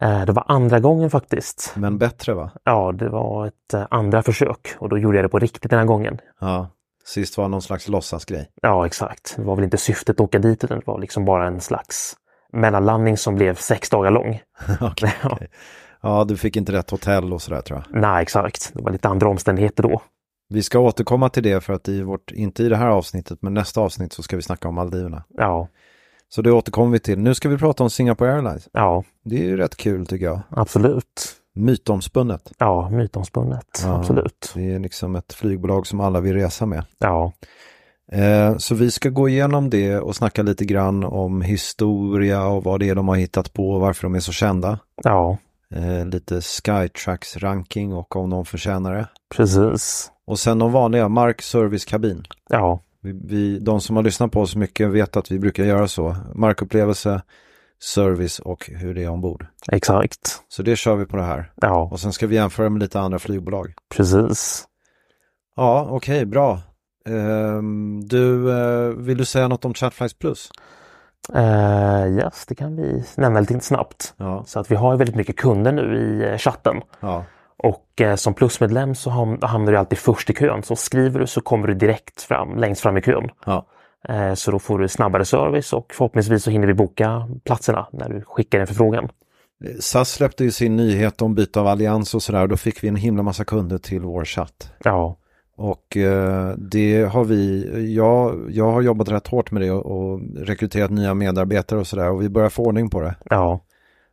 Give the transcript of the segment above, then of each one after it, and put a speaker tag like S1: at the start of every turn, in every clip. S1: Eh, Det var andra gången faktiskt.
S2: Men bättre va?
S1: Ja, det var ett eh, andra försök och då gjorde jag det på riktigt den här gången.
S2: Ja. Sist var någon slags låtsasgrej.
S1: Ja, exakt. Det var väl inte syftet att åka dit utan det var liksom bara en slags mellanlandning som blev sex dagar lång.
S2: Okej,
S1: Ja.
S2: okej. Ja, du fick inte rätt hotell och sådär tror jag.
S1: Nej, exakt. Det var lite andra omständigheter då.
S2: Vi ska återkomma till det för att i vårt, inte i det här avsnittet, men nästa avsnitt så ska vi snacka om Maldiverna.
S1: Ja,
S2: Så det återkommer vi till. Nu ska vi prata om Singapore Airlines.
S1: ja,
S2: Det är ju rätt kul tycker jag.
S1: absolut.
S2: Mytomspunnet.
S1: Ja, mytomspunnet.
S2: Ja.
S1: Absolut.
S2: Det är liksom ett flygbolag som alla vill resa med.
S1: Ja,
S2: Eh, så vi ska gå igenom det och snacka lite grann om historia och vad det är de har hittat på och varför de är så kända.
S1: ja,
S2: Eh, lite Skytrax ranking och om någon förtjänar det.
S1: precis.
S2: Och sen de vanliga, mark, service, kabin.
S1: Ja,
S2: Vi, vi, de som har lyssnat på oss mycket vet att vi brukar göra så. Markupplevelse, service och hur det är ombord.
S1: exakt.
S2: Så det kör vi på det här.
S1: Ja,
S2: Och sen ska vi jämföra med lite andra flygbolag.
S1: precis.
S2: Ja, okej, bra. Ehm, du, eh, vill du säga något om Chatflies Plus?
S1: Eh, yes, det kan vi nämna lite snabbt.
S2: Ja.
S1: Så att vi har ju väldigt mycket kunder nu i eh, chatten.
S2: Ja,
S1: Och eh, som plusmedlem så ham- hamnar du alltid först i kön. Så skriver du så kommer du direkt fram, längst fram i kön.
S2: ja.
S1: Eh, så då får du snabbare service och förhoppningsvis så hinner vi boka platserna när du skickar en förfrågan.
S2: Eh, SAS släppte ju sin nyhet om byte av allians och sådär. Då fick vi en himla massa kunder till vår chatt.
S1: Ja,
S2: Och eh, det har vi, jag, jag har jobbat rätt hårt med det och, och rekryterat nya medarbetare och sådär och vi börjar få ordning på det.
S1: ja,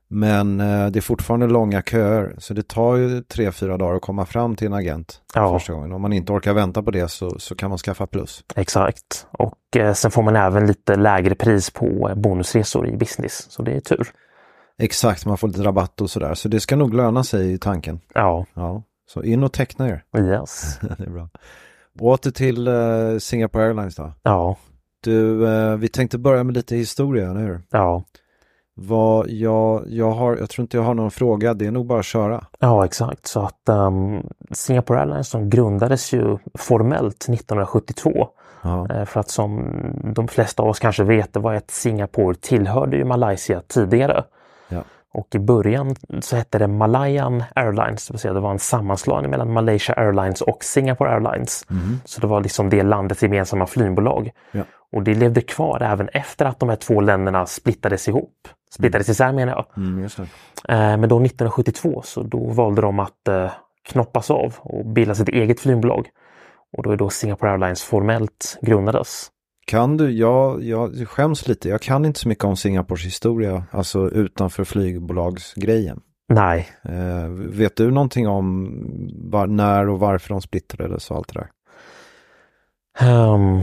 S2: Men eh, det är fortfarande långa köer så det tar ju tre, fyra dagar att komma fram till en agent
S1: Ja.
S2: första gången. Om man inte orkar vänta på det så, så kan man skaffa plus.
S1: exakt. Och eh, sen får man även lite lägre pris på eh, bonusresor i business. Så det är tur.
S2: Exakt, man får lite rabatt och sådär. Så det ska nog löna sig i tanken.
S1: Ja,
S2: Ja, så in och teckna er.
S1: yes.
S2: det är bra. Åter till eh, Singapore Airlines då.
S1: Ja,
S2: Du, eh, vi tänkte börja med lite historia, eller hur?
S1: ja,
S2: Vad jag, jag har, jag tror inte jag har någon fråga, det är nog bara att köra.
S1: ja, exakt. Så att ehm, Singapore Airlines som grundades ju formellt 1972
S2: Ja,
S1: Eh, För att som de flesta av oss kanske vet, det var att Singapore tillhörde ju Malaysia tidigare.
S2: Ja.
S1: Och i början så hette det Malayan Airlines, det vill säga det var en sammanslagning mellan Malaysia Airlines och Singapore Airlines.
S2: Mhm.
S1: Så det var liksom det landets gemensamma flygbolag.
S2: Ja.
S1: Och det levde kvar även efter att de här två länderna splittades ihop. Splittades isär menar jag.
S2: mm, just det.
S1: Eh, Men då 1972 så då valde de att eh, knoppas av och bilda sitt eget flygbolag. Och då är då Singapore Airlines formellt grundades.
S2: Kan du, jag, jag skäms lite, jag kan inte så mycket om Singapores historia, alltså utanför flygbolagsgrejen.
S1: Nej,
S2: Eh, vet du någonting om var, när och varför de splittrades och allt det där?
S1: Ehm,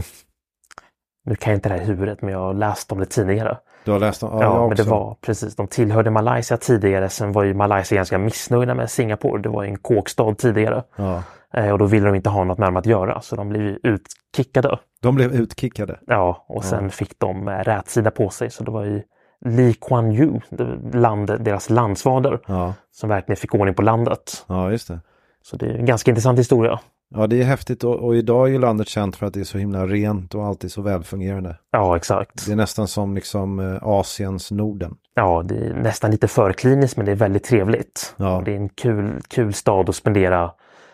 S1: nu kan jag inte det här i huvudet, men jag har läst om det tidigare.
S2: Du har läst om, ja,
S1: Ja,
S2: jag
S1: men det
S2: också.
S1: var precis. De tillhörde Malaysia tidigare. Sen var ju Malaysia ganska missnöjda med Singapore. Det var ju en kåkstad tidigare
S2: Ja.
S1: Eh, och då ville de inte ha något med dem att göra, så de blev ju utkickade.
S2: De blev utkickade.
S1: Ja, och sen fick de eh, rätsida på sig, så det var ju Lee Kuan Yew, det- land, deras landsfader,
S2: Ja,
S1: som verkligen fick ordning på landet.
S2: ja just det.
S1: Så det är en ganska intressant historia.
S2: Ja, det är häftigt och, och idag är ju landet känt för att det är så himla rent och alltid så välfungerande.
S1: Ja, exakt.
S2: Det är nästan som liksom eh, Asiens Norden.
S1: Ja, det är nästan lite för kliniskt men det är väldigt trevligt.
S2: Ja.
S1: Och Det är en kul, kul stad att spendera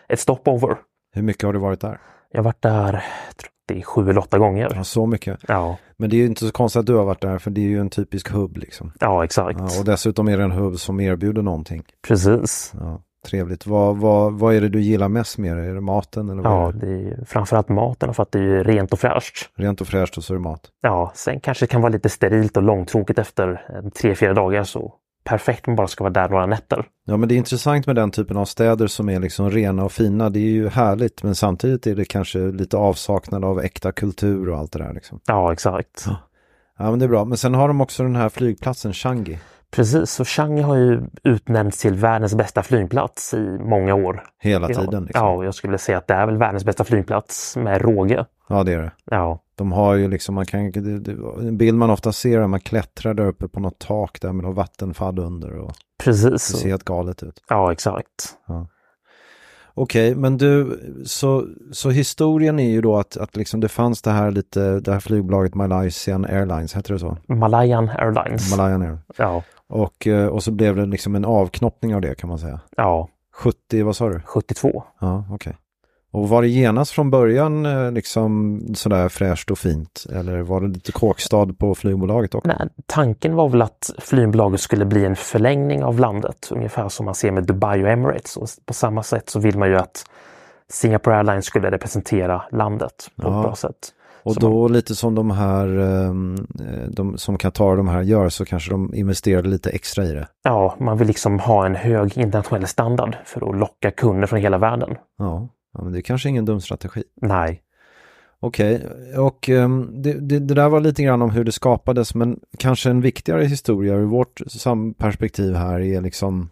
S1: ett stopover.
S2: Hur mycket har du varit där?
S1: Jag har varit där jag tror det är sju eller åtta gånger.
S2: Ja, så mycket.
S1: Ja,
S2: Men det är ju inte så konstigt att du har varit där för det är ju en typisk hubb liksom.
S1: ja exakt.
S2: Ja, och dessutom är det en hubb som erbjuder någonting.
S1: Precis.
S2: Ja, trevligt. Vad, vad, vad är det du gillar mest med det? Är det maten eller vad
S1: Ja,
S2: är det?
S1: det är ju framförallt maten för att det är ju rent och fräscht.
S2: Rent och fräscht och så är det mat.
S1: Ja, sen kanske det kan vara lite sterilt och långtråkigt efter eh, tre, fyra dagar så perfekt om man bara ska vara där några nätter.
S2: Ja, men det är intressant med den typen av städer som är liksom rena och fina. Det är ju härligt, men samtidigt är det kanske lite avsaknad av äkta kultur och allt det där liksom.
S1: Ja, exakt.
S2: Ja, men det är bra. Men sen har de också den här flygplatsen, Changi.
S1: Precis, så Shanghai har ju utnämnts till världens bästa flygplats i många år.
S2: Hela
S1: Ja,
S2: tiden. Liksom.
S1: ja och jag skulle säga att det är väl världens bästa flygplats med råge.
S2: ja, det är det.
S1: Ja,
S2: De har ju liksom, man kan, det, det, en bild man ofta ser är att man klättrar där uppe på något tak där med något vattenfall under och
S1: precis.
S2: det ser helt galet ut.
S1: Ja, exakt.
S2: Okej, men du, så, så historien är ju då att, att liksom det fanns det här lite, det här flygbolaget Malaysian Airlines, heter det så?
S1: Malayan Airlines.
S2: Malayan Air.
S1: ja,
S2: Och, eh, och så blev det liksom en avknoppning av det kan man säga.
S1: ja,
S2: 70, vad sa du?
S1: 72.
S2: Ja, okej. Och var det genast från början eh, liksom sådär fräscht och fint? Eller var det lite kåkstad på flygbolaget också?
S1: Nej, tanken var väl att flygbolaget skulle bli en förlängning av landet, ungefär som man ser med Dubai och Emirates. Och på samma sätt så vill man ju att Singapore Airlines skulle representera landet på
S2: Ja.
S1: ett bra sätt.
S2: Och
S1: Så
S2: då lite som de här, eh, de, som Qatar de här gör, så kanske de investerade lite extra i det.
S1: Ja, man vill liksom ha en hög internationell standard för att locka kunder från hela världen.
S2: Ja, ja men det är kanske ingen dum strategi.
S1: Nej,
S2: Okej, och ehm, det, det, det där var lite grann om hur det skapades, men kanske en viktigare historia ur vårt sam- perspektiv här är liksom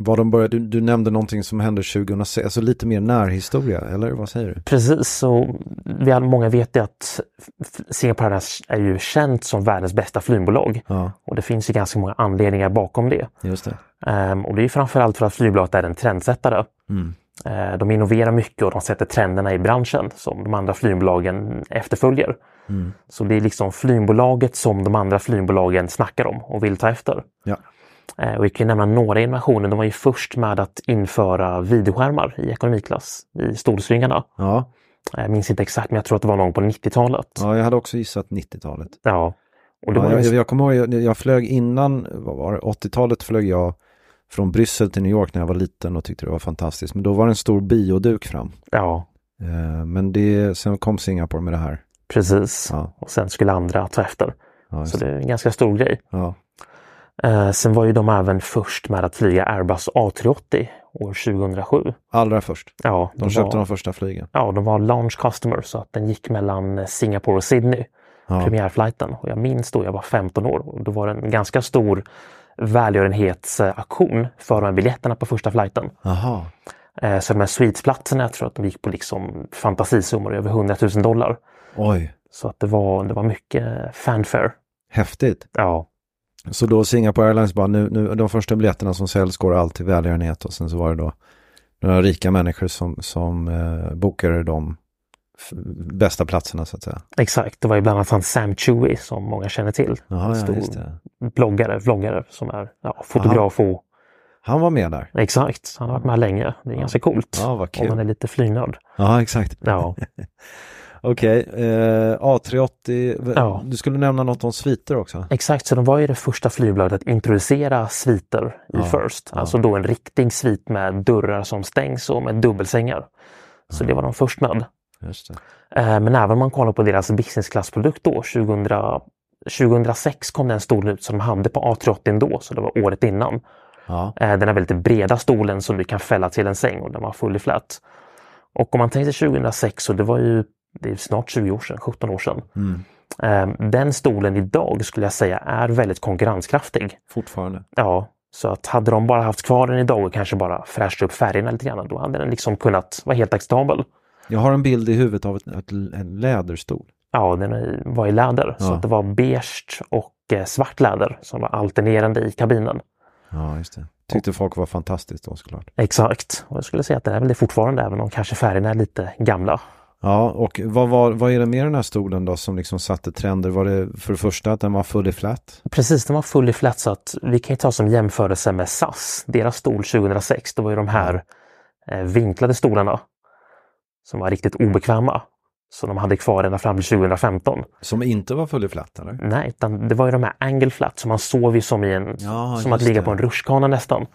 S2: vad de började, du, du nämnde någonting som hände 2006, alltså lite mer närhistoria, eller vad säger du?
S1: precis. Så vi, all- många vet ju att f- Singapore Airlines är ju känt som världens bästa flygbolag.
S2: Ja,
S1: Och det finns ju ganska många anledningar bakom det.
S2: just det.
S1: Ehm, och det är ju framförallt för att flygbolaget är en trendsättare.
S2: Mm.
S1: Eh, De innoverar mycket och de sätter trenderna i branschen som de andra flygbolagen efterföljer.
S2: Mm.
S1: Så det är liksom flygbolaget som de andra flygbolagen snackar om och vill ta efter.
S2: Ja.
S1: Eh, Och vi kan nämna några innovationer. De var ju först med att införa videoskärmar i ekonomiklass i stolsringarna.
S2: Ja,
S1: Eh, Jag minns inte exakt men jag tror att det var någon på 90-talet.
S2: ja, jag hade också gissat 90-talet.
S1: Ja. Och det
S2: Ja,
S1: var
S2: jag,
S1: ju-
S2: jag kommer ihåg, jag, jag flög innan, vad var det, 80-talet flög jag från Bryssel till New York när jag var liten och tyckte det var fantastiskt, men då var det en stor bioduk fram.
S1: ja,
S2: Eh, men det, sen kom Singapore med det här.
S1: precis.
S2: Ja,
S1: Och sen skulle andra ta efter.
S2: ja, just
S1: Så det är en ganska stor grej.
S2: Ja,
S1: Eh, Sen var ju de även först med att flyga Airbus A380 år 2007.
S2: allra först.
S1: Ja,
S2: De köpte
S1: var,
S2: de första flygen.
S1: Ja, de var launch customer så att den gick mellan Singapore och Sydney,
S2: Ja,
S1: premiärflighten. Och jag minns då, jag var 15 år och då var det en ganska stor välgörenhetsaktion för de här biljetterna på första flighten.
S2: Aha.
S1: Eh, Så de här suitesplatserna, jag tror att de gick på liksom fantasisummor över 100 000 dollar.
S2: oj,
S1: Så att det var, det var mycket fanfare.
S2: häftigt.
S1: Ja,
S2: Så då Singapore Airlines bara, nu, nu, de första biljetterna som säljs går allt till välgörenhet och sen så var det då några rika människor som, som eh, bokade de f- bästa platserna så att säga.
S1: exakt. Det var ju bland annat han Sam Chewie som många känner till.
S2: Jaha, ja,
S1: Stor-
S2: just det.
S1: bloggare, vloggare som är ja, fotograf och
S2: Han var med där.
S1: exakt. Han har varit med länge. Det är ganska coolt.
S2: Ja, vad
S1: Om man
S2: kul.
S1: är lite flygnörd.
S2: Ja, exakt.
S1: Ja,
S2: Okej, eh, A380, v-
S1: Ja.
S2: du skulle nämna något om sviter också.
S1: exakt. Så de var ju det första flygbolaget att introducera sviter i
S2: Ja,
S1: First.
S2: ja.
S1: Alltså då en riktig svit med dörrar som stängs och med dubbelsängar. Så
S2: Mm.
S1: det var de först med.
S2: Just det.
S1: Eh, Men även om man kollar på deras business class-produkt då, 2000, 2006 kom den stolen ut som de hade på A380 då, så det var året innan.
S2: Ja,
S1: Eh, Den här väldigt breda stolen som du kan fälla till en säng och den var full i flat. Och om man tänker sig 2006, så det var ju det är snart 20 år sedan, 17 år sedan.
S2: mm.
S1: Eh, Den stolen idag skulle jag säga är väldigt konkurrenskraftig.
S2: fortfarande.
S1: Ja, så att hade de bara haft kvar den idag och kanske bara fräscht upp färgerna lite grann, då hade den liksom kunnat vara helt acceptabel.
S2: Jag har en bild i huvudet av ett, ett, en läderstol.
S1: Ja, den är- var i läder, så
S2: Ja.
S1: att det var beige och eh, svart läder som var alternerande i kabinen.
S2: Ja, just det. Tyckte folk var fantastiskt då såklart.
S1: Exakt. Och jag skulle säga att det är väl det fortfarande, även om kanske färgerna är lite gamla.
S2: Ja, och vad, var, vad är det med den här stolen då som liksom satte trender? Var det för det första att den var fully flat?
S1: Precis, den var full i flat så att vi kan ju ta som jämförelse med SAS. Deras stol 2006, det var ju de här eh, vinklade stolarna som var riktigt obekväma. Så de hade kvar ända fram till 2015.
S2: Som inte var fully flat eller?
S1: Nej, utan det var ju de här angle flat som man sov ju som i en,
S2: Ja,
S1: som att
S2: just
S1: ligga
S2: det.
S1: på en rutschkana nästan.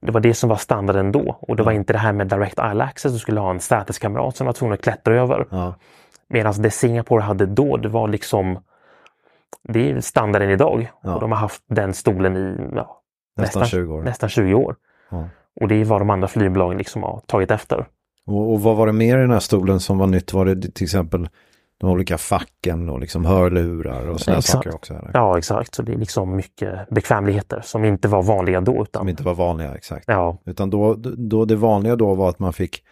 S1: Det var det som var standarden då och det var inte det här med direct eye access, du skulle ha en säteskamrat som var tvungen att klättra över.
S2: Ja,
S1: Medan det Singapore hade då, det var liksom det är standarden idag.
S2: Ja.
S1: Och de har haft den stolen i ja,
S2: nästan 20 år.
S1: Nästan 20 år.
S2: Ja.
S1: Och det är vad de andra flygbolagen liksom har tagit efter.
S2: Och, och vad var det mer i den här stolen som var nytt? Var det till exempel de olika facken och liksom hörlurar och sådana
S1: Exakt.
S2: saker också? Eller?
S1: Ja, exakt. Så det är liksom mycket bekvämligheter som inte var vanliga då.
S2: Som
S1: Utan,
S2: inte var vanliga exakt.
S1: ja,
S2: Utan då, då det vanliga då var att man fick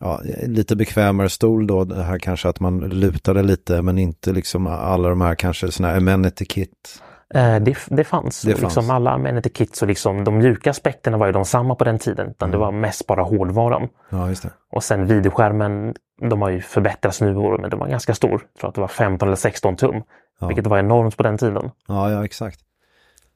S2: ja, lite bekvämare stol då, det här kanske att man lutade lite men inte liksom alla de här kanske sådana här amenity kit.
S1: eh, det, det fanns.
S2: Det
S1: Och Liksom
S2: fanns.
S1: alla amenity kits och liksom, de mjuka aspekterna var ju de samma på den tiden. Utan
S2: Mm.
S1: Det var mest bara hårdvaran.
S2: Ja, just det.
S1: Och sen videoskärmen, de har ju förbättrats nu, men den var ganska stor. Jag tror att det var 15 eller 16 tum,
S2: Ja.
S1: vilket var enormt på den tiden.
S2: Ja, ja exakt.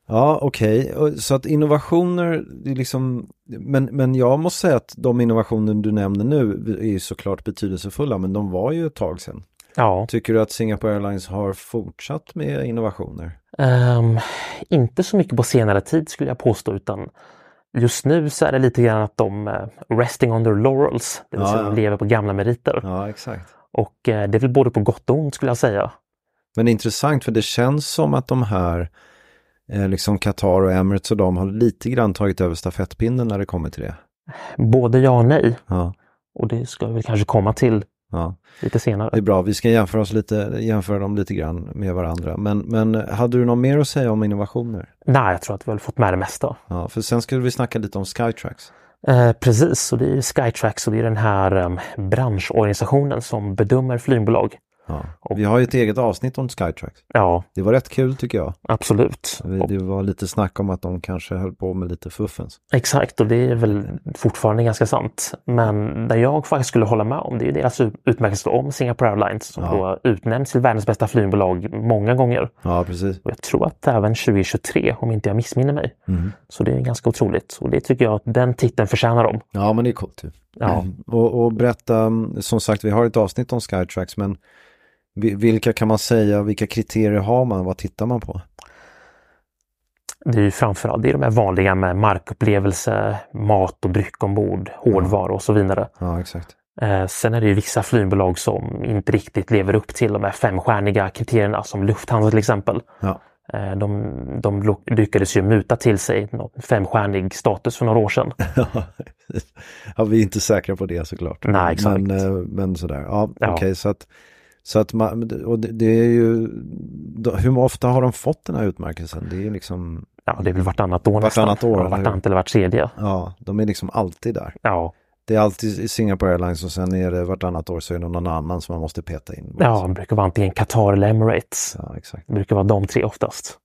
S2: Ja, okej. Och Så att innovationer, det är liksom, men, men jag måste säga att de innovationer du nämner nu är ju såklart betydelsefulla, men de var ju ett tag sedan.
S1: Ja,
S2: Tycker du att Singapore Airlines har fortsatt med innovationer?
S1: ehm, inte så mycket på senare tid skulle jag påstå, utan just nu så är det lite grann att de eh, resting on their laurels, det vill
S2: Ja,
S1: säga
S2: ja.
S1: de lever på gamla meriter.
S2: Ja, exakt.
S1: Och eh, det är väl både på gott och ont skulle jag säga.
S2: Men intressant för det känns som att de här, eh, liksom Qatar och Emirates och de har lite grann tagit över stafettpinnen när det kommer till det.
S1: Både ja och nej,
S2: Ja,
S1: och det ska vi väl kanske komma till
S2: ja.
S1: lite
S2: Det är
S1: senare.
S2: bra, vi ska jämföra, oss lite, jämföra dem lite grann med varandra. Men, men hade du något mer att säga om innovationer?
S1: Nej, jag tror att vi har fått med det mesta.
S2: Ja, för sen skulle vi snacka lite om Skytrax.
S1: Eh, precis, och det är ju Skytrax och det är den här em, branschorganisationen som bedömer flygbolag.
S2: Ja. Vi har ju ett eget avsnitt om Skytrax.
S1: Ja,
S2: Det var rätt kul tycker jag.
S1: absolut.
S2: Vi-
S1: Och,
S2: Det var lite snack om att de kanske höll på med lite fuffens.
S1: exakt, och det är väl fortfarande ganska sant. Men det jag faktiskt skulle hålla med om det är ju deras ut- utmärkelse om Singapore Airlines som
S2: Ja.
S1: då utnämns till världens bästa flygbolag många gånger.
S2: Ja, precis.
S1: Och jag tror att även 2023, om inte jag missminner mig.
S2: Mm.
S1: Så det är ganska otroligt. Och det tycker jag att den titeln förtjänar dem.
S2: Ja, men det är coolt. ju.
S1: Ja.
S2: Mm. Och, och berätta, mm, som sagt, vi har ett avsnitt om Skytrax, men vi- vilka kan man säga, vilka kriterier har man, vad tittar man på?
S1: Det är ju framförallt det är de här vanliga med markupplevelse, mat och dryck ombord,
S2: Mm.
S1: hårdvara och så vidare.
S2: Ja, exakt.
S1: Eh, sen är det ju vissa flygbolag som inte riktigt lever upp till de här femstjärniga kriterierna som Lufthansa till exempel.
S2: Ja,
S1: Eh, de, de lo- lyckades ju muta till sig någon femstjärnig status för några år sedan.
S2: ja vi är inte säkra på det såklart.
S1: Nej, exakt.
S2: Men, eh, men sådär, ja,
S1: Ja.
S2: okej, så att, så att man, och det, det är ju, då, hur ofta har de fått den här utmärkelsen? Det är ju liksom,
S1: Ja, det är väl vartannat år
S2: Vartannat år,
S1: nästan.
S2: eller
S1: Ja,
S2: hur?
S1: vartannat eller vart tredje.
S2: ja, de är liksom alltid där.
S1: Ja,
S2: Det är alltid Singapore Airlines och sen är det vartannat år så är det någon annan som man måste peta in.
S1: ja det brukar vara antingen Qatar eller Emirates.
S2: ja exakt.
S1: Det brukar vara de tre oftast.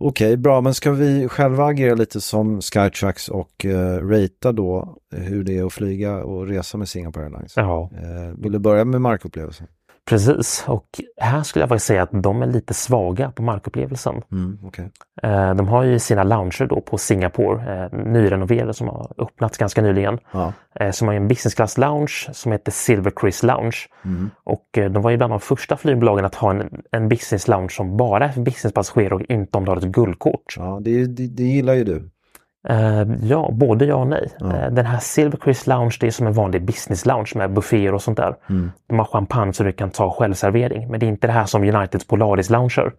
S2: Okej, bra. Men ska vi själva agera lite som Skytrax och eh, ratea då hur det är att flyga och resa med Singapore Airlines?
S1: Ja,
S2: Eh, vill du börja med markupplevelsen?
S1: precis. Och här skulle jag faktiskt säga att de är lite svaga på markupplevelsen.
S2: Mm, okej.
S1: Eh, de har ju sina lounger då på Singapore, eh, nyrenoverade som har öppnats ganska nyligen.
S2: Ja,
S1: eh, som har en business class lounge som heter Silver Chris Lounge. Och eh, de var ju bland de första flygbolagen att ha en, en business lounge som bara är för businesspassagerare och inte om du har ett guldkort.
S2: ja det, är ju- det, det gillar ju du.
S1: Eh, ja, både ja och nej. Eh, den här Silver Chris Lounge det är som en vanlig business lounge med bufféer och sånt där. De har champagne så du kan ta självservering. Men det är inte det här som Uniteds Polaris Lounger.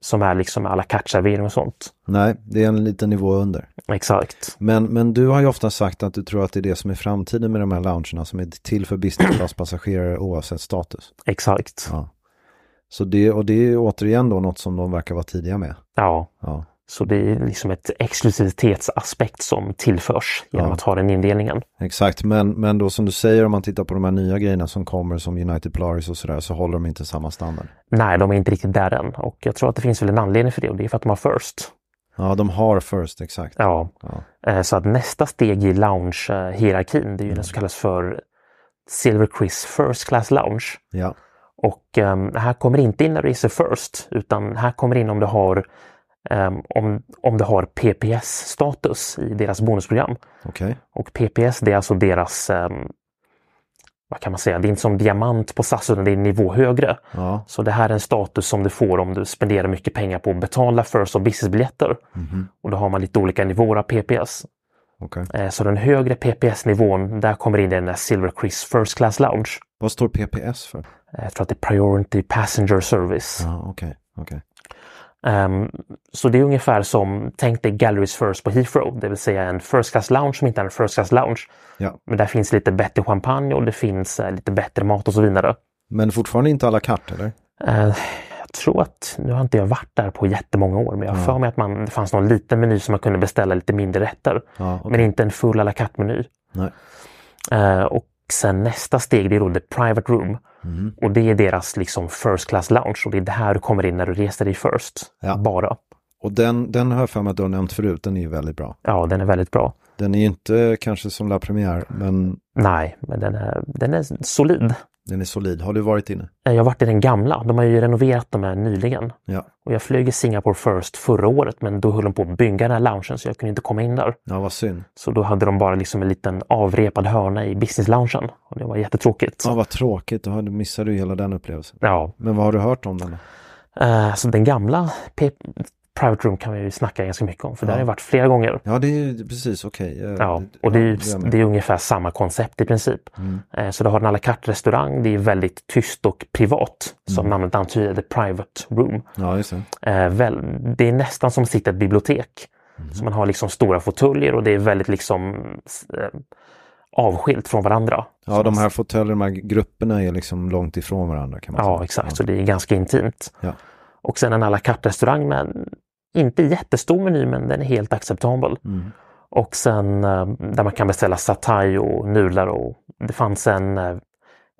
S1: Som är liksom alla servering och sånt.
S2: Nej, det är en liten nivå under.
S1: Exakt.
S2: Men, men du har ju ofta sagt att du tror att det är det som är framtiden med de här loungerna som är till för business class-passagerare oavsett status.
S1: Exakt.
S2: Ja. Så det, och det är ju återigen då något som de verkar vara tidiga med.
S1: ja.
S2: Ja,
S1: Så det är liksom ett exklusivitetsaspekt som tillförs genom att ha den indelningen.
S2: exakt. Men, men då som du säger, om man tittar på de här nya grejerna som kommer som United Polaris och sådär, så håller de inte samma standard.
S1: Nej, de är inte riktigt där än och jag tror att det finns väl en anledning för det och det är för att de har First.
S2: Ja, de har First, exakt.
S1: Ja.
S2: Ja.
S1: Eh, Så att nästa steg i lounge-hierarkin, det är ju den som kallas för Silver Chris First Class Lounge.
S2: Ja,
S1: Och ehm, här kommer inte in när du gissar first, utan här kommer in om du har ehm, om, om du har PPS-status i deras bonusprogram.
S2: okej.
S1: Och PPS det är alltså deras, ehm, vad kan man säga, det är inte som diamant på SAS utan det är en nivå högre.
S2: Ja,
S1: Så det här är en status som du får om du spenderar mycket pengar på att betala first och businessbiljetter.
S2: Mhm.
S1: Och då har man lite olika nivåer av PPS.
S2: okej.
S1: Eh, Så den högre PPS-nivån, där kommer in den där Silver Chris First Class Lounge.
S2: Vad står PPS för?
S1: Eh, Jag tror att det är Priority Passenger Service.
S2: Ja, okej. okej.
S1: Ehm, så det är ungefär som, tänk dig Galleries First på Heathrow, det vill säga en First Class Lounge som inte är en First Class Lounge.
S2: Ja.
S1: Men där finns lite bättre champagne och det finns eh, lite bättre mat och så vidare.
S2: Men fortfarande inte alla kart, eller?
S1: Eh, jag tror att, nu har inte jag varit där på jättemånga år, men jag har för mig att man, det fanns någon liten meny som man kunde beställa lite mindre rätter.
S2: Ja, okej.
S1: Men inte en full à la carte-meny.
S2: Nej.
S1: Eh, och sen nästa steg, det är då the private room.
S2: Mm.
S1: Och det är deras liksom first class lounge och det är det här du kommer in när du reser dig first.
S2: Ja.
S1: Bara.
S2: Och den, den har jag för mig att du har nämnt förut, den är ju väldigt bra.
S1: Ja, den är väldigt bra.
S2: Den är ju inte kanske som La Première, men
S1: Nej, men den är, den är solid.
S2: den är solid. Har du varit inne?
S1: Eh, Jag har varit i den gamla. De har ju renoverat de här nyligen.
S2: Ja,
S1: Och jag flög i Singapore First förra året, men då höll de på att bygga den här loungen så jag kunde inte komma in där.
S2: ja vad synd.
S1: Så då hade de bara liksom en liten avrepad hörna i business loungen. Och det var jättetråkigt.
S2: Ja, vad tråkigt, då har- då missade du hela den upplevelsen.
S1: Ja.
S2: Men vad har du hört om den då?
S1: Eh, så den gamla P- Private Room kan vi ju snacka ganska mycket om, för där har jag varit flera gånger.
S2: Ja, det är ju precis okej. Eh,
S1: Ja, och det är, ju,
S2: jag med.
S1: det är ungefär samma koncept i princip. Eh, Så du har en à la carte-restaurang, det är väldigt tyst och privat, som namnet antyder, the private room.
S2: Ja, just det.
S1: Eh, väl, det är nästan som att sitta i ett bibliotek.
S2: Mhm.
S1: Så man har liksom stora fåtöljer och det är väldigt liksom eh, avskilt från varandra.
S2: Ja, de här fåtöljerna, de här grupperna är liksom långt ifrån varandra kan man säga.
S1: Ja, exakt. Så det är ganska intimt.
S2: Ja.
S1: Och sen en à la carte-restaurang med inte jättestor meny, men den är helt acceptabel.
S2: Mm.
S1: Och sen eh, där man kan beställa satay och nudlar och det fanns en, eh,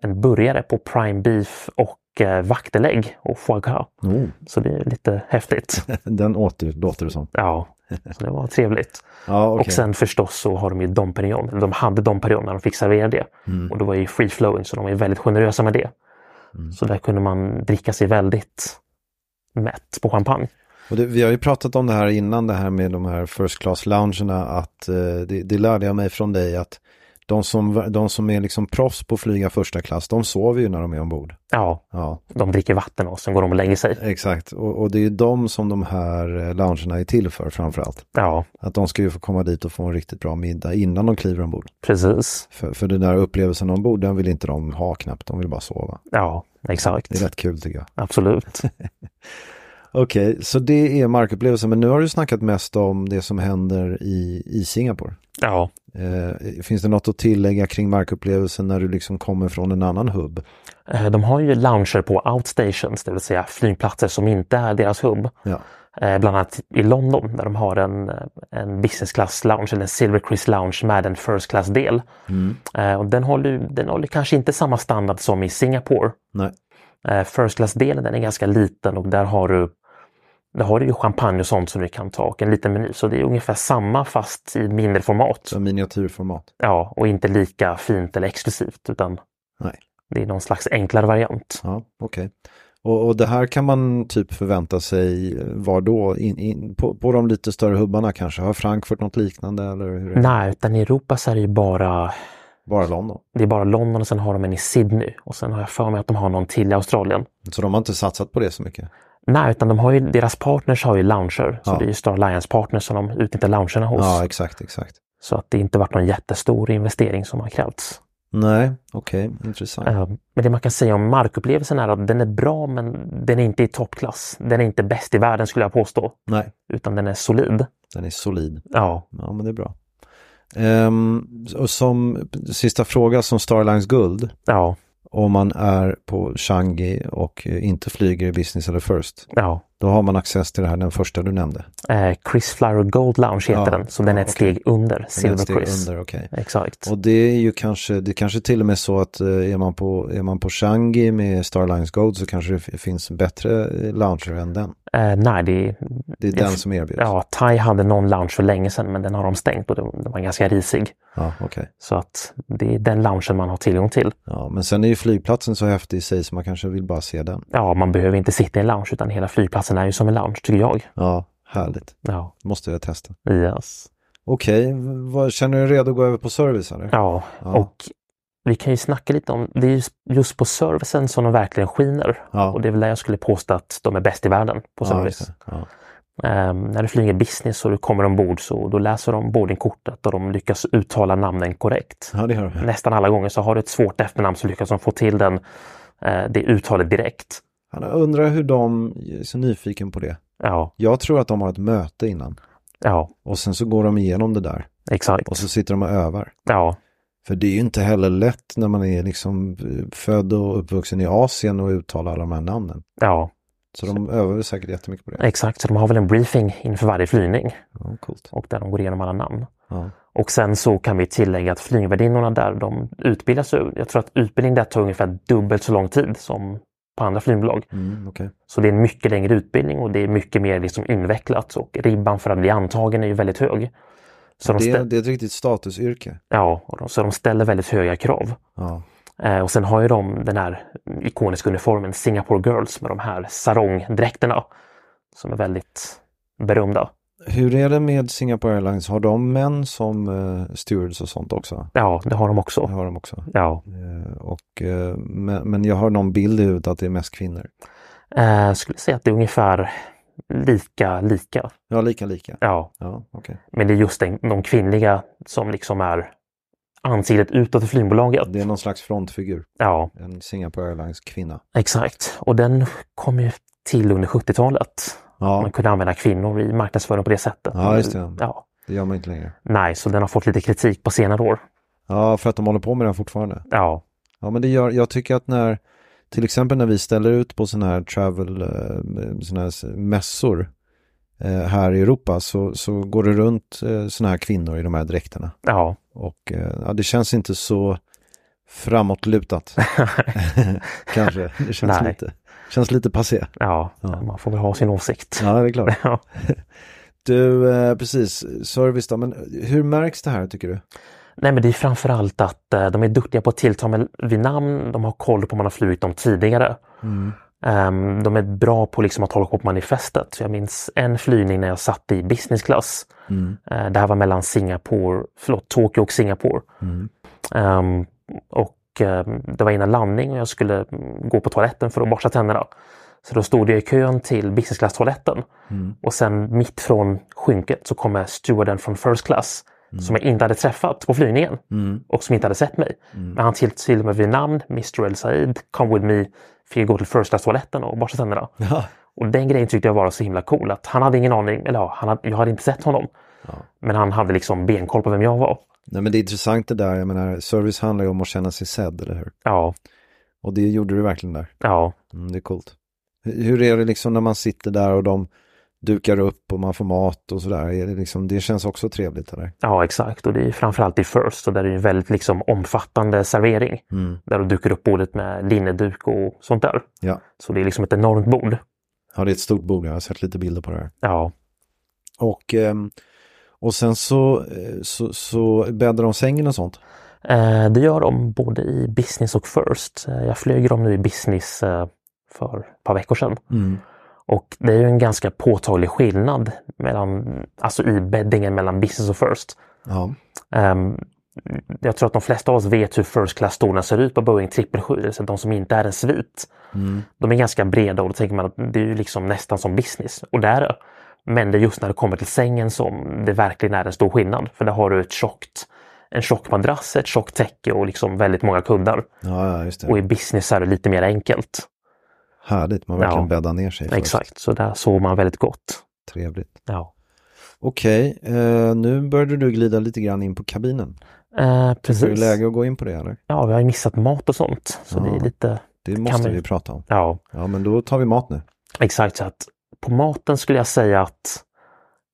S1: en burgare på prime beef och eh, vaktelägg och foie gras.
S2: Oh,
S1: Så det är lite häftigt.
S2: den åter, låter det som.
S1: Ja, så det var trevligt.
S2: Ja, okej.
S1: Och sen förstås så har de ju Dom Perignon. De hade Dom Perignon när de fick servera det.
S2: Mm.
S1: Och det var ju free flowing så de var ju väldigt generösa med det.
S2: Mm.
S1: Så där kunde man dricka sig väldigt mätt på champagne.
S2: Och det, vi har ju pratat om det här innan, det här med de här first class loungerna, att eh, det, det lärde jag mig från dig att de som, de som är liksom proffs på att flyga första klass, de sover ju när de är ombord.
S1: Ja,
S2: Ja,
S1: de dricker vatten och sen går de och lägger sig.
S2: exakt. Och, och det är ju de som de här eh, loungerna är till för framförallt.
S1: Ja,
S2: Att de ska ju få komma dit och få en riktigt bra middag innan de kliver ombord.
S1: precis.
S2: För, för den där upplevelsen ombord, den vill inte de ha knappt, de vill bara sova.
S1: Ja,
S2: Det är
S1: exakt.
S2: rätt kul tycker jag.
S1: Absolut.
S2: Okej, så det är markupplevelsen, men nu har du snackat mest om det som händer i, i Singapore.
S1: Ja.
S2: Eh, finns det något att tillägga kring markupplevelsen när du liksom kommer från en annan hubb?
S1: Eh, De har ju lounger på outstations, det vill säga flygplatser som inte är deras hubb.
S2: Ja,
S1: Eh, Bland annat i London där de har en, eh, en business class lounge eller en silver Chris lounge med en first class del. Eh, Och den, håller, ju- den håller kanske inte samma standard som i Singapore.
S2: nej.
S1: Eh, First class delen den är ganska liten och där har du där har du ju champagne och sånt som du kan ta och en liten meny. Så det är ungefär samma fast i mindre format.
S2: Så miniatyrformat.
S1: Ja, och inte lika fint eller exklusivt utan
S2: Nej.
S1: det är någon slags enklare variant.
S2: Ja, okej. Och, och det här kan man typ förvänta sig eh, var då? In, in, på, på de lite större hubbarna kanske? Har Frankfurt något liknande eller hur är det?
S1: Nej, utan i Europa så är det ju bara
S2: Bara London?
S1: Det är bara London och sen har de en i Sydney. Och sen har jag för mig att de har någon till i Australien.
S2: Så de har inte satsat på det så mycket?
S1: Nej, utan de har ju, deras partners har ju lounger. Så
S2: Ja.
S1: det är ju Star Alliance partners som de utnyttjar loungerna hos.
S2: Ja, exakt, exakt.
S1: Så att det inte varit någon jättestor investering som har krävts.
S2: Nej, okej, intressant.
S1: Eh, Men det man kan säga om markupplevelsen är att den är bra men den är inte i toppklass. Den är inte bäst i världen skulle jag påstå.
S2: Nej,
S1: Utan den är solid.
S2: den är solid.
S1: Ja,
S2: Ja, men det är bra. Ehm, och som sista fråga som Starlines guld,
S1: ja,
S2: om man är på Changi och eh, inte flyger i business eller first,
S1: ja.
S2: då har man access till det här, den första du nämnde.
S1: Eh, Chris Flower Gold Lounge heter
S2: Ja,
S1: den. Så den är ett steg under
S2: Den är ett
S1: Silver
S2: steg
S1: Chris.
S2: Under, okej.
S1: Exakt.
S2: Och det är ju kanske, det kanske till och med så att eh, är man på, är man på Changi med Starlines Gold så kanske det f- finns bättre eh, lounger än den.
S1: Eh, nej, det är...
S2: Det är den som erbjuds?
S1: Ja, Thai hade någon lounge för länge sedan men den har de stängt och den den var ganska risig.
S2: Ja, okej.
S1: Så att det är den loungen man har tillgång till.
S2: Ja, men sen är ju flygplatsen så häftig i sig så man kanske vill bara se den.
S1: Ja, man behöver inte sitta i en lounge utan hela flygplatsen är ju som en lounge tycker jag.
S2: Ja, härligt.
S1: Ja,
S2: Måste jag testa.
S1: yes.
S2: Okej, vad- känner du dig redo att gå över på service eller?
S1: Ja, och vi kan ju snacka lite om, det är ju just på servicen som de verkligen skiner.
S2: Ja.
S1: Och det är väl där jag skulle påstå att de är bäst i världen på
S2: Ja,
S1: service.
S2: just det. ja.
S1: Ehm, när du flyger business och du kommer ombord så då läser de boardingkortet och de lyckas uttala namnen korrekt.
S2: ja, det gör de.
S1: Nästan alla gånger så har du ett svårt efternamn så lyckas de få till den, eh, det uttalet direkt.
S2: Jag undrar hur de jag är så nyfiken på det.
S1: Ja,
S2: Jag tror att de har ett möte innan
S1: ja,
S2: och sen så går de igenom det där
S1: exakt.
S2: och så sitter de och övar.
S1: Ja,
S2: För det är ju inte heller lätt när man är liksom eh, född och uppvuxen i Asien och uttalar alla de här namnen.
S1: ja,
S2: Så de övar väl säkert jättemycket på det.
S1: exakt. Så de har väl en briefing inför varje flygning
S2: Ja, coolt.
S1: och där de går igenom alla namn.
S2: Ja.
S1: Och sen så kan vi tillägga att flygvärdinnorna där, de utbildas ju. Jag tror att utbildning där tar ungefär dubbelt så lång tid som på andra flygbolag.
S2: Mm, okej.
S1: Så det är en mycket längre utbildning och det är mycket mer liksom invecklat och ribban för att bli antagen är ju väldigt hög. Så de,
S2: Det, är-
S1: stä-
S2: det är ett riktigt statusyrke.
S1: ja, och de- så de ställer väldigt höga krav.
S2: Ja,
S1: Eh, och sen har ju de den här ikoniska uniformen Singapore Girls med de här sarongdräkterna som är väldigt berömda.
S2: Hur är det med Singapore Airlines? Har de män som eh, stewards och sånt också?
S1: Ja, det har de
S2: Det
S1: också.
S2: har de också.
S1: Ja.
S2: Eh, och, eh, men, men jag har någon bild i huvudet att det är mest kvinnor.
S1: Eh, skulle säga att det är ungefär lika, lika.
S2: Ja, lika lika.
S1: Ja,
S2: Ja, okej.
S1: men det är just den, de kvinnliga som liksom är ansiktet utåt i flygbolaget.
S2: Det är någon slags frontfigur.
S1: Ja,
S2: En Singapore Airlines kvinna.
S1: exakt. Och den kom ju till under 70-talet.
S2: Ja,
S1: Man kunde använda kvinnor i marknadsföring på det sättet.
S2: Ja, just det.
S1: Ja.
S2: det gör man inte längre.
S1: Nej, så den har fått lite kritik på senare år.
S2: Ja, för att de håller på med det här fortfarande.
S1: Ja,
S2: Ja, men det gör, jag tycker att när, till exempel när vi ställer ut på sådana här travel, eh, sådana här s- mässor eh, här i Europa så, så går det runt sådana här kvinnor i de här dräkterna.
S1: ja,
S2: Och eh, ja, det känns inte så framåtlutat. Kanske, det känns
S1: Nej.
S2: lite, känns lite passé.
S1: ja.
S2: Ja.
S1: Man får väl ha sin åsikt.
S2: Ja, det är klart.
S1: Ja.
S2: Du, eh, precis, service då, men hur märks det här tycker du?
S1: Nej, men det är framförallt att eh, de är duktiga på att tilltala vid namn. De har koll på om man har flugit dem tidigare.
S2: Mm.
S1: Ehm, de är bra på liksom att hålla koll på manifestet. Så jag minns en flygning när jag satt i business class.
S2: Mm.
S1: Eh, det här var mellan Singapore, förlåt, Tokyo och Singapore. Ehm, och ehm, det var innan landning och jag skulle mm, gå på toaletten för att borsta tänderna. Så då stod jag i kön till business class-toaletten. Och sen mitt från skynket så kommer stewarden från first class som jag inte hade träffat på flygningen och som inte hade sett mig. Men han till, till mig vid namn, Mr El Said, come with me, fick jag gå till first class-toaletten och borsta tänderna. Och den grejen tyckte jag var så himla cool att han hade ingen aning, eller ja, han hade, jag hade inte sett honom. Men han hade liksom benkoll på vem jag var.
S2: Nej men det är intressant det där, jag menar service handlar ju om att känna sig sedd, eller hur?
S1: Ja,
S2: Och det gjorde du verkligen där.
S1: ja,
S2: Mm, det är coolt. Hur hur är det liksom när man sitter där och de dukar upp och man får mat och sådär? Är det, liksom, det känns också trevligt eller?
S1: ja exakt. Och det är framförallt i First, och där det är en väldigt liksom omfattande servering. Där du dyker upp bordet med linneduk och sånt där.
S2: Ja.
S1: Så det är liksom ett enormt bord.
S2: ja, det är ett stort bord, jag har sett lite bilder på det här.
S1: Ja,
S2: Och, ehm, och sen så, eh, så, så bäddar de sängen och sånt.
S1: Eh, Det gör de både i business och first. Eh, Jag flög dem nu i business eh, för ett par veckor sedan. Och det är ju en ganska påtaglig skillnad mellan, alltså i bäddingen mellan business och first.
S2: Ja,
S1: Ehm, Jag tror att de flesta av oss vet hur first class-stolarna ser ut på Boeing 777, det vill säga de som inte är en svit.
S2: Mm.
S1: De är ganska breda och då tänker man att det är ju liksom nästan som business, och det är det. Men det är just när det kommer till sängen som det verkligen är en stor skillnad, för där har du ett tjockt, en tjock madrass, ett tjockt täcke och liksom väldigt många kuddar.
S2: ja, ja, just det.
S1: Och i business är det lite mer enkelt.
S2: Härligt, man verkligen
S1: Ja.
S2: bäddar ner sig. först.
S1: Exakt, så där sov man väldigt gott.
S2: Trevligt.
S1: Ja.
S2: Okej, eh, nu började du glida lite grann in på kabinen.
S1: Eh,
S2: Är det
S1: precis.
S2: läge att gå in på det eller?
S1: Ja, vi har ju missat mat och sånt, så det är lite...
S2: Det måste
S1: man-
S2: vi prata om.
S1: Ja.
S2: Ja, men då tar vi mat nu.
S1: Exakt, så att på maten skulle jag säga att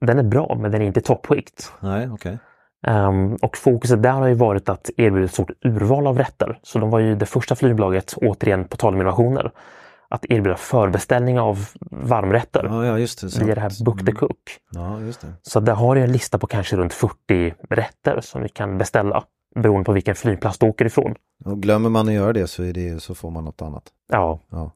S1: den är bra, men den är inte toppskikt.
S2: Nej, okej.
S1: Ehm, och fokuset där har ju varit att erbjuda ett stort urval av rätter. Så de var ju det första flygbolaget, återigen på tal om innovationer, att erbjuda förbeställning av varmrätter
S2: Ja, Mm. ja, just det.
S1: via det här Book the Cook.
S2: Ja, just det.
S1: Så där har jag en lista på kanske runt 40 rätter som vi kan beställa beroende på vilken flygplats du åker ifrån.
S2: Och glömmer man att göra det så, är det så får man något annat.
S1: Ja,
S2: Ja.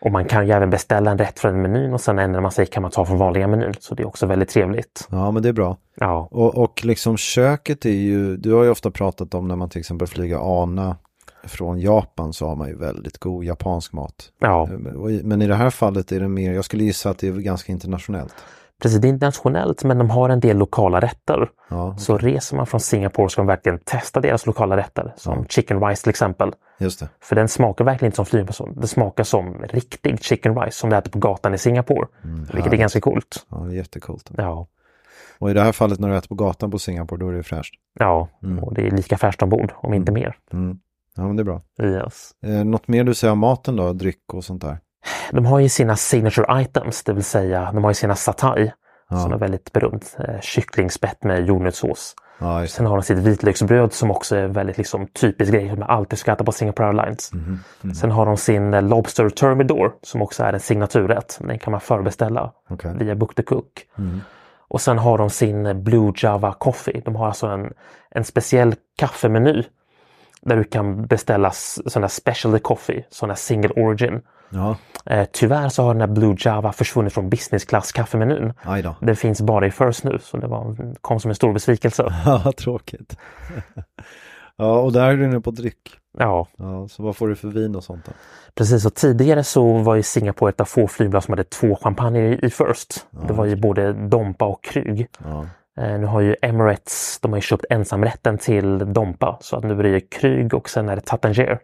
S1: och man kan ju även beställa en rätt från menyn och sen ändrar man sig kan man ta från vanliga menyn. Så det är också väldigt trevligt.
S2: ja, men det är bra.
S1: Ja,
S2: Och, och liksom köket är ju, du har ju ofta pratat om när man till exempel flyger ANA från Japan så har man ju väldigt god japansk mat.
S1: ja.
S2: Och i- Men i det här fallet är det mer, jag skulle gissa att det är ganska internationellt.
S1: precis. Det är internationellt men de har en del lokala rätter.
S2: Ja,
S1: Så reser man från Singapore ska man verkligen testa deras lokala rätter. Som chicken rice till exempel.
S2: just det.
S1: För den smakar verkligen inte som flygperson. Det smakar som riktig chicken rice som du äter på gatan i Singapore. vilket är ganska coolt.
S2: Ja, det är jättecoolt.
S1: Ja,
S2: Och i det här fallet när du äter på gatan på Singapore, då är det fräscht.
S1: ja. och det är lika färskt ombord om inte mer.
S2: Ja, men det är bra.
S1: Yes.
S2: Eh, något mer du säger om maten då, dryck och sånt där?
S1: De har ju sina signature items, det vill säga de har ju sina satay som är väldigt berömt. Eh, Kycklingspett med jordnötssås.
S2: Ja, just det.
S1: Sen har de sitt vitlöksbröd som också är väldigt liksom, typisk grej som man alltid ska äta på Singapore Airlines. Sen har de sin eh, Lobster Thermidor som också är en signaturrätt. Den kan man förbeställa
S2: Okej.
S1: via Book the Cook. Och sen har de sin eh, Blue Java Coffee. De har alltså en, en speciell kaffemeny där du kan beställa s- sån där specialty coffee, sån där single origin.
S2: Ja,
S1: Eh, tyvärr så har den här Blue Java försvunnit från business class kaffemenyn.
S2: aj då.
S1: Den finns bara i First nu, så det var, kom som en stor besvikelse.
S2: Ja, tråkigt. ja, och där är du inne på dryck.
S1: Ja,
S2: Ja, så vad får du för vin och sånt då?
S1: precis. Och tidigare så var ju Singapore ett av få flygbolag som hade två champagne i, i First. Det var ju både Dompa och Krug.
S2: Ja,
S1: Eh, nu har ju Emirates, de har ju köpt ensamrätten till Dompa, så att nu är det ju Krug och sen är det Tattinger,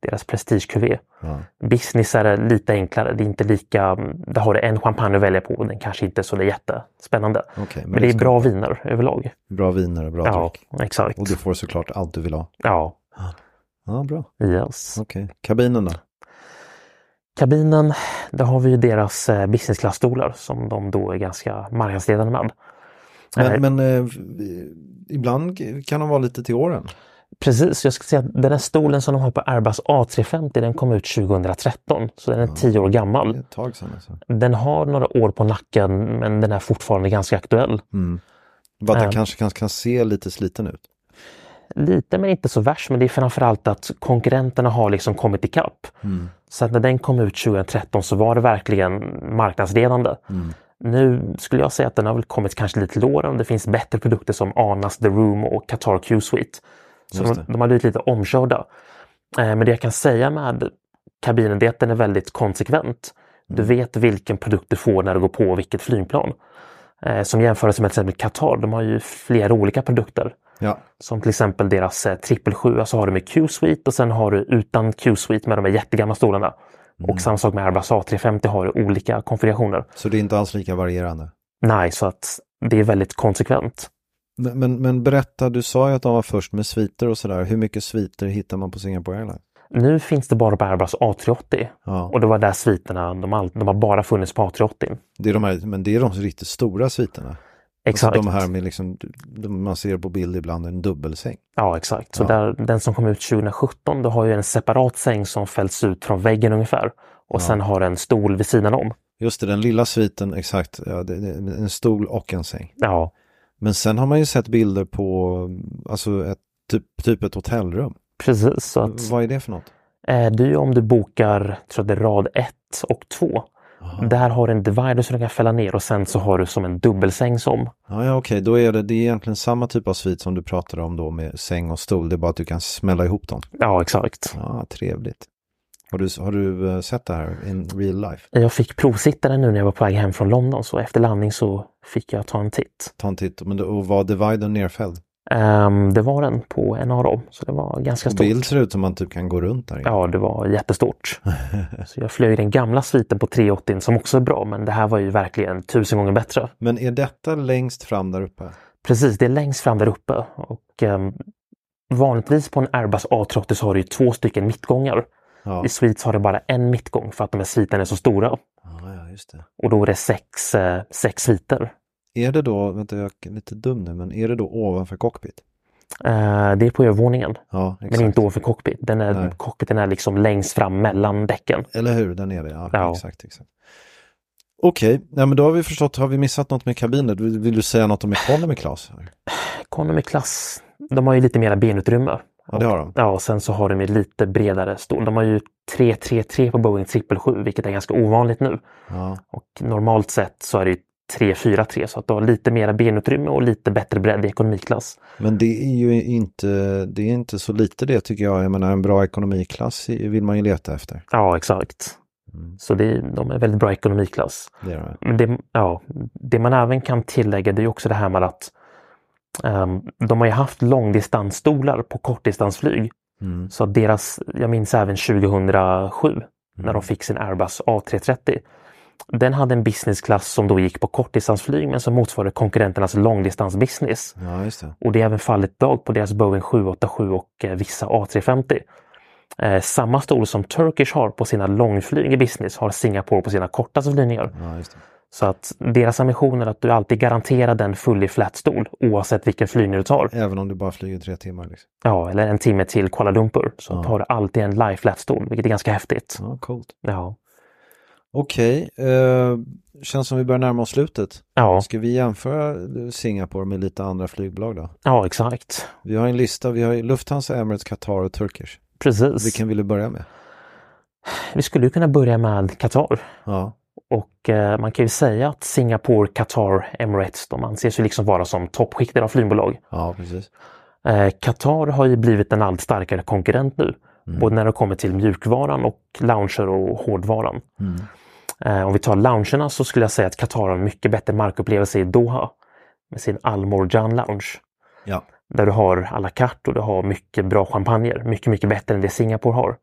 S1: deras prestige-kuvé.
S2: ja.
S1: Business är det lite enklare, det är inte lika, där har du en champagne att välja på och den kanske inte är så jättespännande.
S2: Okej, men
S1: men
S2: det
S1: det är
S2: ska-
S1: bra viner överlag.
S2: Bra viner och bra
S1: Ja,
S2: dryck.
S1: exakt.
S2: Och du får såklart allt du vill ha.
S1: Ja,
S2: Ja, bra.
S1: yes.
S2: Okej. Kabinen då?
S1: Kabinen, där har vi ju deras eh, business class-stolar som de då är ganska marknadsledande med. Eh,
S2: Men, men eh, vi- ibland kan de vara lite till åren.
S1: Precis, jag ska säga att den här stolen som de har på Airbus A350 den kom ut 2013, så den är tio år
S2: Det är
S1: gammal.
S2: ett tag sedan alltså.
S1: Den har några år på nacken men den är fortfarande ganska aktuell.
S2: Bara att den
S1: Ja.
S2: kanske kan, kan se lite sliten ut.
S1: Lite men inte så värst, men det är framförallt att konkurrenterna har liksom kommit ikapp. Så att när den kom ut 2013 så var det verkligen marknadsledande. Nu skulle jag säga att den har väl kommit kanske lite till åren. Det finns bättre produkter som Anas The Room och Qatar Q Suite. Så de, de har blivit lite omkörda. Eh, men det jag kan säga med kabinen det är att den är väldigt konsekvent. Du vet vilken produkt du får när du går på vilket flygplan. Eh, som jämförelse med till exempel Qatar, de har ju flera olika produkter.
S2: Ja,
S1: Som till exempel deras eh, 777, så har du med Q-suite och sen har du utan Q-suite med de här jättegamla stolarna.
S2: Mm.
S1: Och samma sak med Airbus A350 har du olika konfigurationer.
S2: så det är inte alls lika varierande.
S1: Nej, så att det är väldigt konsekvent.
S2: Men, men, men berätta, du sa ju att de var först med sviter och sådär. Hur mycket sviter hittar man på Singapore Airlines?
S1: Nu finns det bara på Airbus A380
S2: Ja.
S1: och det var där sviterna, de, all, de har bara funnits på A380.
S2: Det är de här, men det är de riktigt stora sviterna.
S1: Exakt.
S2: Alltså de här med liksom, de man ser på bild ibland, en dubbelsäng.
S1: Ja, exakt. Så Där, den som kom ut 2017, då har ju en separat säng som fälls ut från väggen ungefär. Och sen har en stol vid sidan om.
S2: Just det, den lilla sviten, exakt, ja, det, det, en stol och en säng.
S1: Ja,
S2: Men sen har man ju sett bilder på, alltså ett, typ, typ ett hotellrum.
S1: precis. Så att...
S2: Vad är det för något?
S1: är Eh, det ju om du bokar tror jag det är rad 1 och 2. Där har du en divider som du kan fälla ner och sen så har du som en dubbelsäng som.
S2: Ja, ja okej, då är det, det är egentligen samma typ av svit som du pratade om då med säng och stol. Det är bara att du kan smälla ihop dem.
S1: Ja, exakt.
S2: Ja, trevligt. Har du, har du eh, sett det här in real life?
S1: Jag fick provsitta den nu när jag var på väg hem från London så efter landning så fick jag ta en titt.
S2: Ta en titt. Men, då- och var dividern nerfälld?
S1: Ehm, det var den på en av dem, så det var ganska
S2: På
S1: stort.
S2: bild ser det ut som man typ kan gå runt där inne.
S1: Ja, det var jättestort. så jag flög den gamla sviten på 380 som också är bra, men det här var ju verkligen tusen gånger bättre.
S2: Men är detta längst fram där uppe?
S1: Precis, det är längst fram där uppe. Och, ehm, vanligtvis på en Airbus A380 så har du ju två stycken mittgångar.
S2: Ja,
S1: I Suites har du bara en mittgång för att de här sviterna är så stora.
S2: ja ja, just det.
S1: Och då är det sex, eh, sex sviter.
S2: Är det då, vänta jag är lite dum nu, men är det då ovanför cockpit?
S1: Eh, det är på övervåningen,
S2: Ja, exakt.
S1: men inte ovanför cockpit. Den är,
S2: Nej.
S1: cockpiten är liksom längst fram mellan däcken.
S2: Eller hur, den är det. Ja,
S1: Ja.
S2: exakt. exakt. Okej, nej, men då har vi förstått, har vi missat något med kabinen? Vill vill du säga något om economy class?
S1: Economy class, de har ju lite mera benutrymme.
S2: Ja, det har de.
S1: Ja, och sen så har de ju lite bredare stol. De har ju 333 på Boeing 777, vilket är ganska ovanligt nu.
S2: Ja,
S1: Och normalt sett så är det ju 343, så att du har lite mera benutrymme och lite bättre bredd i ekonomiklass.
S2: men det är ju inte, det är inte så lite det tycker jag. Jag menar, en bra ekonomiklass i- vill man ju leta efter. Mm,
S1: Ja, exakt. Så det, de är väldigt bra ekonomiklass.
S2: Det är det.
S1: Men det, ja, det man även kan tillägga det är ju också det här med att ehm, de har ju haft långdistansstolar på kortdistansflyg.
S2: Mm.
S1: Så att deras, jag minns även 2007 när de fick sin Airbus A330. Den hade en businessklass som då gick på kortdistansflyg men som motsvarade konkurrenternas långdistansbusiness.
S2: Ja, just det.
S1: Och det är även fallet idag på deras Boeing 787 och eh, vissa A350. Eh, samma stol som Turkish har på sina långflyg i business har Singapore på sina kortaste flygningar.
S2: Ja, just det.
S1: Så att deras ambition är att du alltid garanterar den full i flätstol oavsett vilken flygning du tar.
S2: Även om du bara flyger tre timmar. Liksom.
S1: Ja, eller en timme till Kuala Lumpur. Så
S2: Ja.
S1: tar du alltid en live flätstol, vilket är ganska häftigt.
S2: Ja, coolt.
S1: Ja.
S2: Okej, eh, känns som vi börjar närma oss slutet.
S1: Ja,
S2: Ska vi jämföra eh, Singapore med lite andra flygbolag då?
S1: ja exakt.
S2: Vi har en lista, vi har ju Lufthansa, Emirates, Qatar och Turkish.
S1: Precis. Vi,
S2: Vilken vill du börja med?
S1: skulle ju kunna börja med Qatar.
S2: Ja,
S1: Och eh, man kan ju säga att Singapore, Qatar, Emirates, de anses ju liksom vara som toppskiktet av flygbolag.
S2: ja precis.
S1: Eh, Qatar har ju blivit en allt starkare konkurrent nu. Både när det kommer till mjukvaran och lounger och hårdvaran. Eh, om vi tar loungerna så skulle jag säga att Qatar har en mycket bättre markupplevelse i Doha. Med sin Al Morjan Lounge.
S2: Ja,
S1: Där du har à la carte och du har mycket bra champagner. Mycket, mycket bättre än det Singapore har.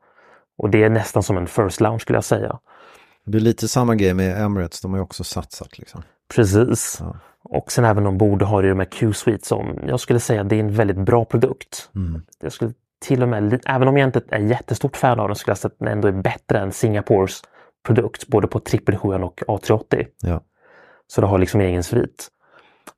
S1: Och det är nästan som en first lounge skulle jag säga.
S2: det blir lite samma grej med Emirates, de har ju också satsat liksom.
S1: Precis.
S2: Ja.
S1: Och sen även ombord har du ju med Q-Suite som jag skulle säga det är en väldigt bra produkt.
S2: Mm.
S1: Jag skulle till och med, li- även om jag inte är jättestort fan av den, skulle jag säga att den ändå är bättre än Singapores produkt både på 777 och A380.
S2: Ja,
S1: Så det har liksom egen svit.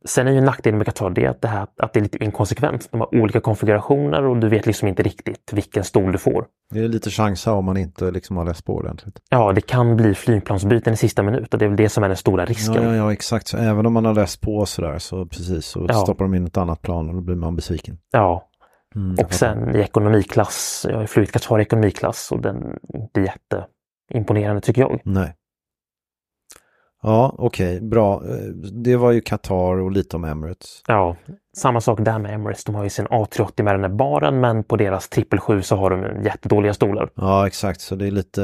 S1: Sen är ju nackdelen med Qatar det att det, här, att det är lite inkonsekvent. De har olika konfigurationer och du vet liksom inte riktigt vilken stol du får.
S2: det är lite chansa om man inte liksom har läst på ordentligt.
S1: Ja, det kan bli flygplansbyten i sista minut och det är väl det som är den stora risken.
S2: Ja, ja, ja, exakt. Så även om man har läst på sådär så precis, så
S1: Ja.
S2: stoppar de in ett annat plan och då blir man besviken.
S1: Ja.
S2: jag
S1: och sen i ekonomiklass, jag har ju flugit Qatar i ekonomiklass och den är inte jätteimponerande tycker jag.
S2: Nej. Ja, okej, bra. Eh, Det var ju Qatar och lite om Emirates.
S1: Ja, samma sak där med Emirates. De har ju sin A380 med den där baren men på deras 777 så har de ju jättedåliga stolar.
S2: Ja, exakt, så det är lite,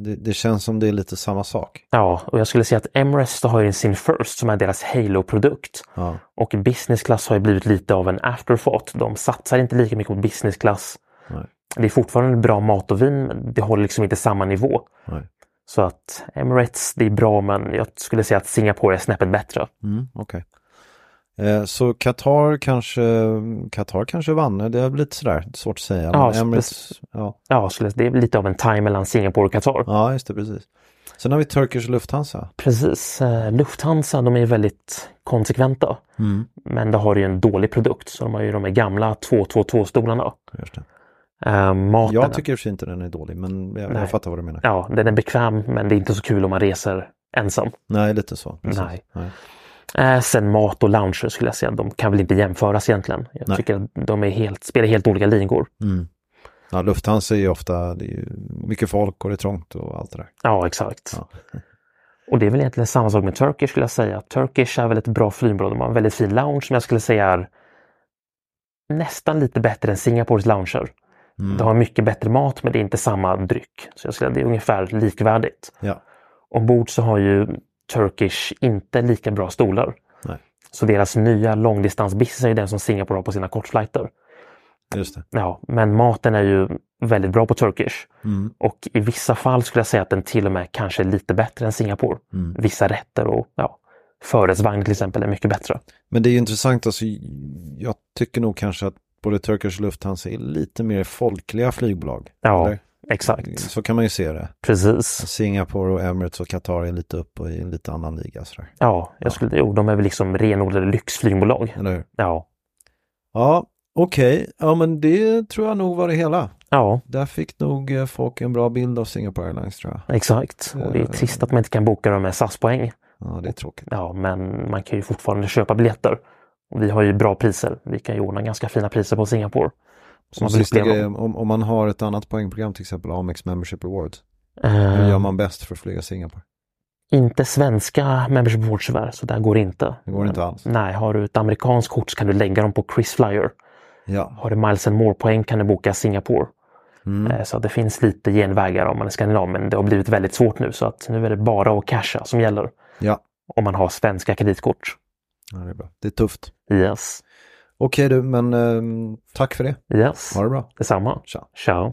S2: det, det känns som det är lite samma sak.
S1: Ja, och jag skulle säga att Emirates då har ju sin First som är deras Halo-produkt.
S2: Ja,
S1: Och business class har ju blivit lite av en afterthought. De satsar inte lika mycket på business class.
S2: Nej.
S1: Det är fortfarande bra mat och vin, men det håller liksom inte samma nivå.
S2: nej.
S1: Så att Emirates, det är bra, men jag skulle säga att Singapore är snäppet bättre.
S2: Mm, okej. Eh, Så Qatar kanske, Qatar kanske vann, det är väl lite sådär svårt att säga.
S1: Ja,
S2: men
S1: så
S2: Emirates, ja.
S1: Ja, skulle- det är lite av en time mellan Singapore och Qatar.
S2: ja, just det, precis. Sen har vi Turkish Lufthansa.
S1: Precis. Eh, Lufthansa, de är ju väldigt konsekventa.
S2: Mm.
S1: Men de har ju en dålig produkt, så de har ju de här gamla 222-stolarna.
S2: Just det.
S1: Eh, maten,
S2: Jag tycker i och för sig inte den är dålig, men jag,
S1: Nej.
S2: jag fattar vad du menar.
S1: ja, den är bekväm, men det är inte så kul om man reser ensam.
S2: Nej, lite så. precis.
S1: Nej.
S2: Nej.
S1: Eh, sen mat och lounger skulle jag säga, de kan väl inte jämföras egentligen. Jag
S2: Nej.
S1: tycker att de är helt, spelar helt olika ligor.
S2: Mm. Ja, Lufthansa är ju ofta, det är ju mycket folk och det är trångt och allt det där.
S1: Ja, exakt.
S2: Ja.
S1: Och det är väl egentligen samma sak med Turkish skulle jag säga. Turkish är väl ett bra flygbolag. De har en väldigt fin lounge som jag skulle säga är nästan lite bättre än Singapores lounger.
S2: Mm.
S1: De har mycket bättre mat men det är inte samma dryck. Så jag skulle säga det är ungefär likvärdigt.
S2: Ja,
S1: Ombord så har ju Turkish inte lika bra stolar.
S2: Nej.
S1: Så deras nya långdistansbusiness är ju den som Singapore har på sina kortflighter.
S2: just det.
S1: Ja, men maten är ju väldigt bra på Turkish.
S2: Mm.
S1: Och i vissa fall skulle jag säga att den till och med kanske är lite bättre än Singapore.
S2: mm.
S1: Vissa rätter och ja, förrättsvagn till exempel är mycket bättre.
S2: Men det är ju intressant, alltså, jag tycker nog kanske att både Turkish och Lufthansa är lite mer folkliga flygbolag.
S1: Ja,
S2: Eller?
S1: exakt.
S2: Så kan man ju se det.
S1: Precis.
S2: Singapore och Emirates och Qatar är lite upp och i en lite annan liga sådär.
S1: Ja, jag skulle, jo, de är väl liksom renodlade lyxflygbolag.
S2: Eller hur?
S1: Ja,
S2: Ja, Okej, ja men det tror jag nog var det hela.
S1: Ja,
S2: Där fick nog eh, folk en bra bild av Singapore Airlines tror jag.
S1: exakt. Och det
S2: Eh.
S1: är trist att man inte kan boka dem med SAS-poäng.
S2: Ja, det är tråkigt.
S1: Ja, men man kan ju fortfarande köpa biljetter. Och vi har ju bra priser. Vi kan ju ordna ganska fina priser på Singapore.
S2: Som
S1: man vill
S2: sista
S1: uppleva.
S2: grej, eh, om, om man har ett annat poängprogram, till exempel Amex Membership Rewards, hur
S1: Eh,
S2: gör man bäst för att flyga Singapore?
S1: Inte svenska membership boards tyvärr, så där går det inte.
S2: Det går inte alls.
S1: Nej, har du ett amerikanskt kort så kan du lägga dem på Chris Flyer.
S2: Ja,
S1: Har du Miles and More-poäng kan du boka Singapore.
S2: Mm.
S1: Eh, Så att det finns lite genvägar om man är skandinav, men det har blivit väldigt svårt nu. Så att nu är det bara att casha som gäller
S2: ja.
S1: om man har svenska kreditkort.
S2: ja det, är bra. det är tufft.
S1: Yes,
S2: Okej du, men ehm, tack för det.
S1: yes.
S2: Ha det bra.
S1: Detsamma.
S2: Tja.
S1: Ciao.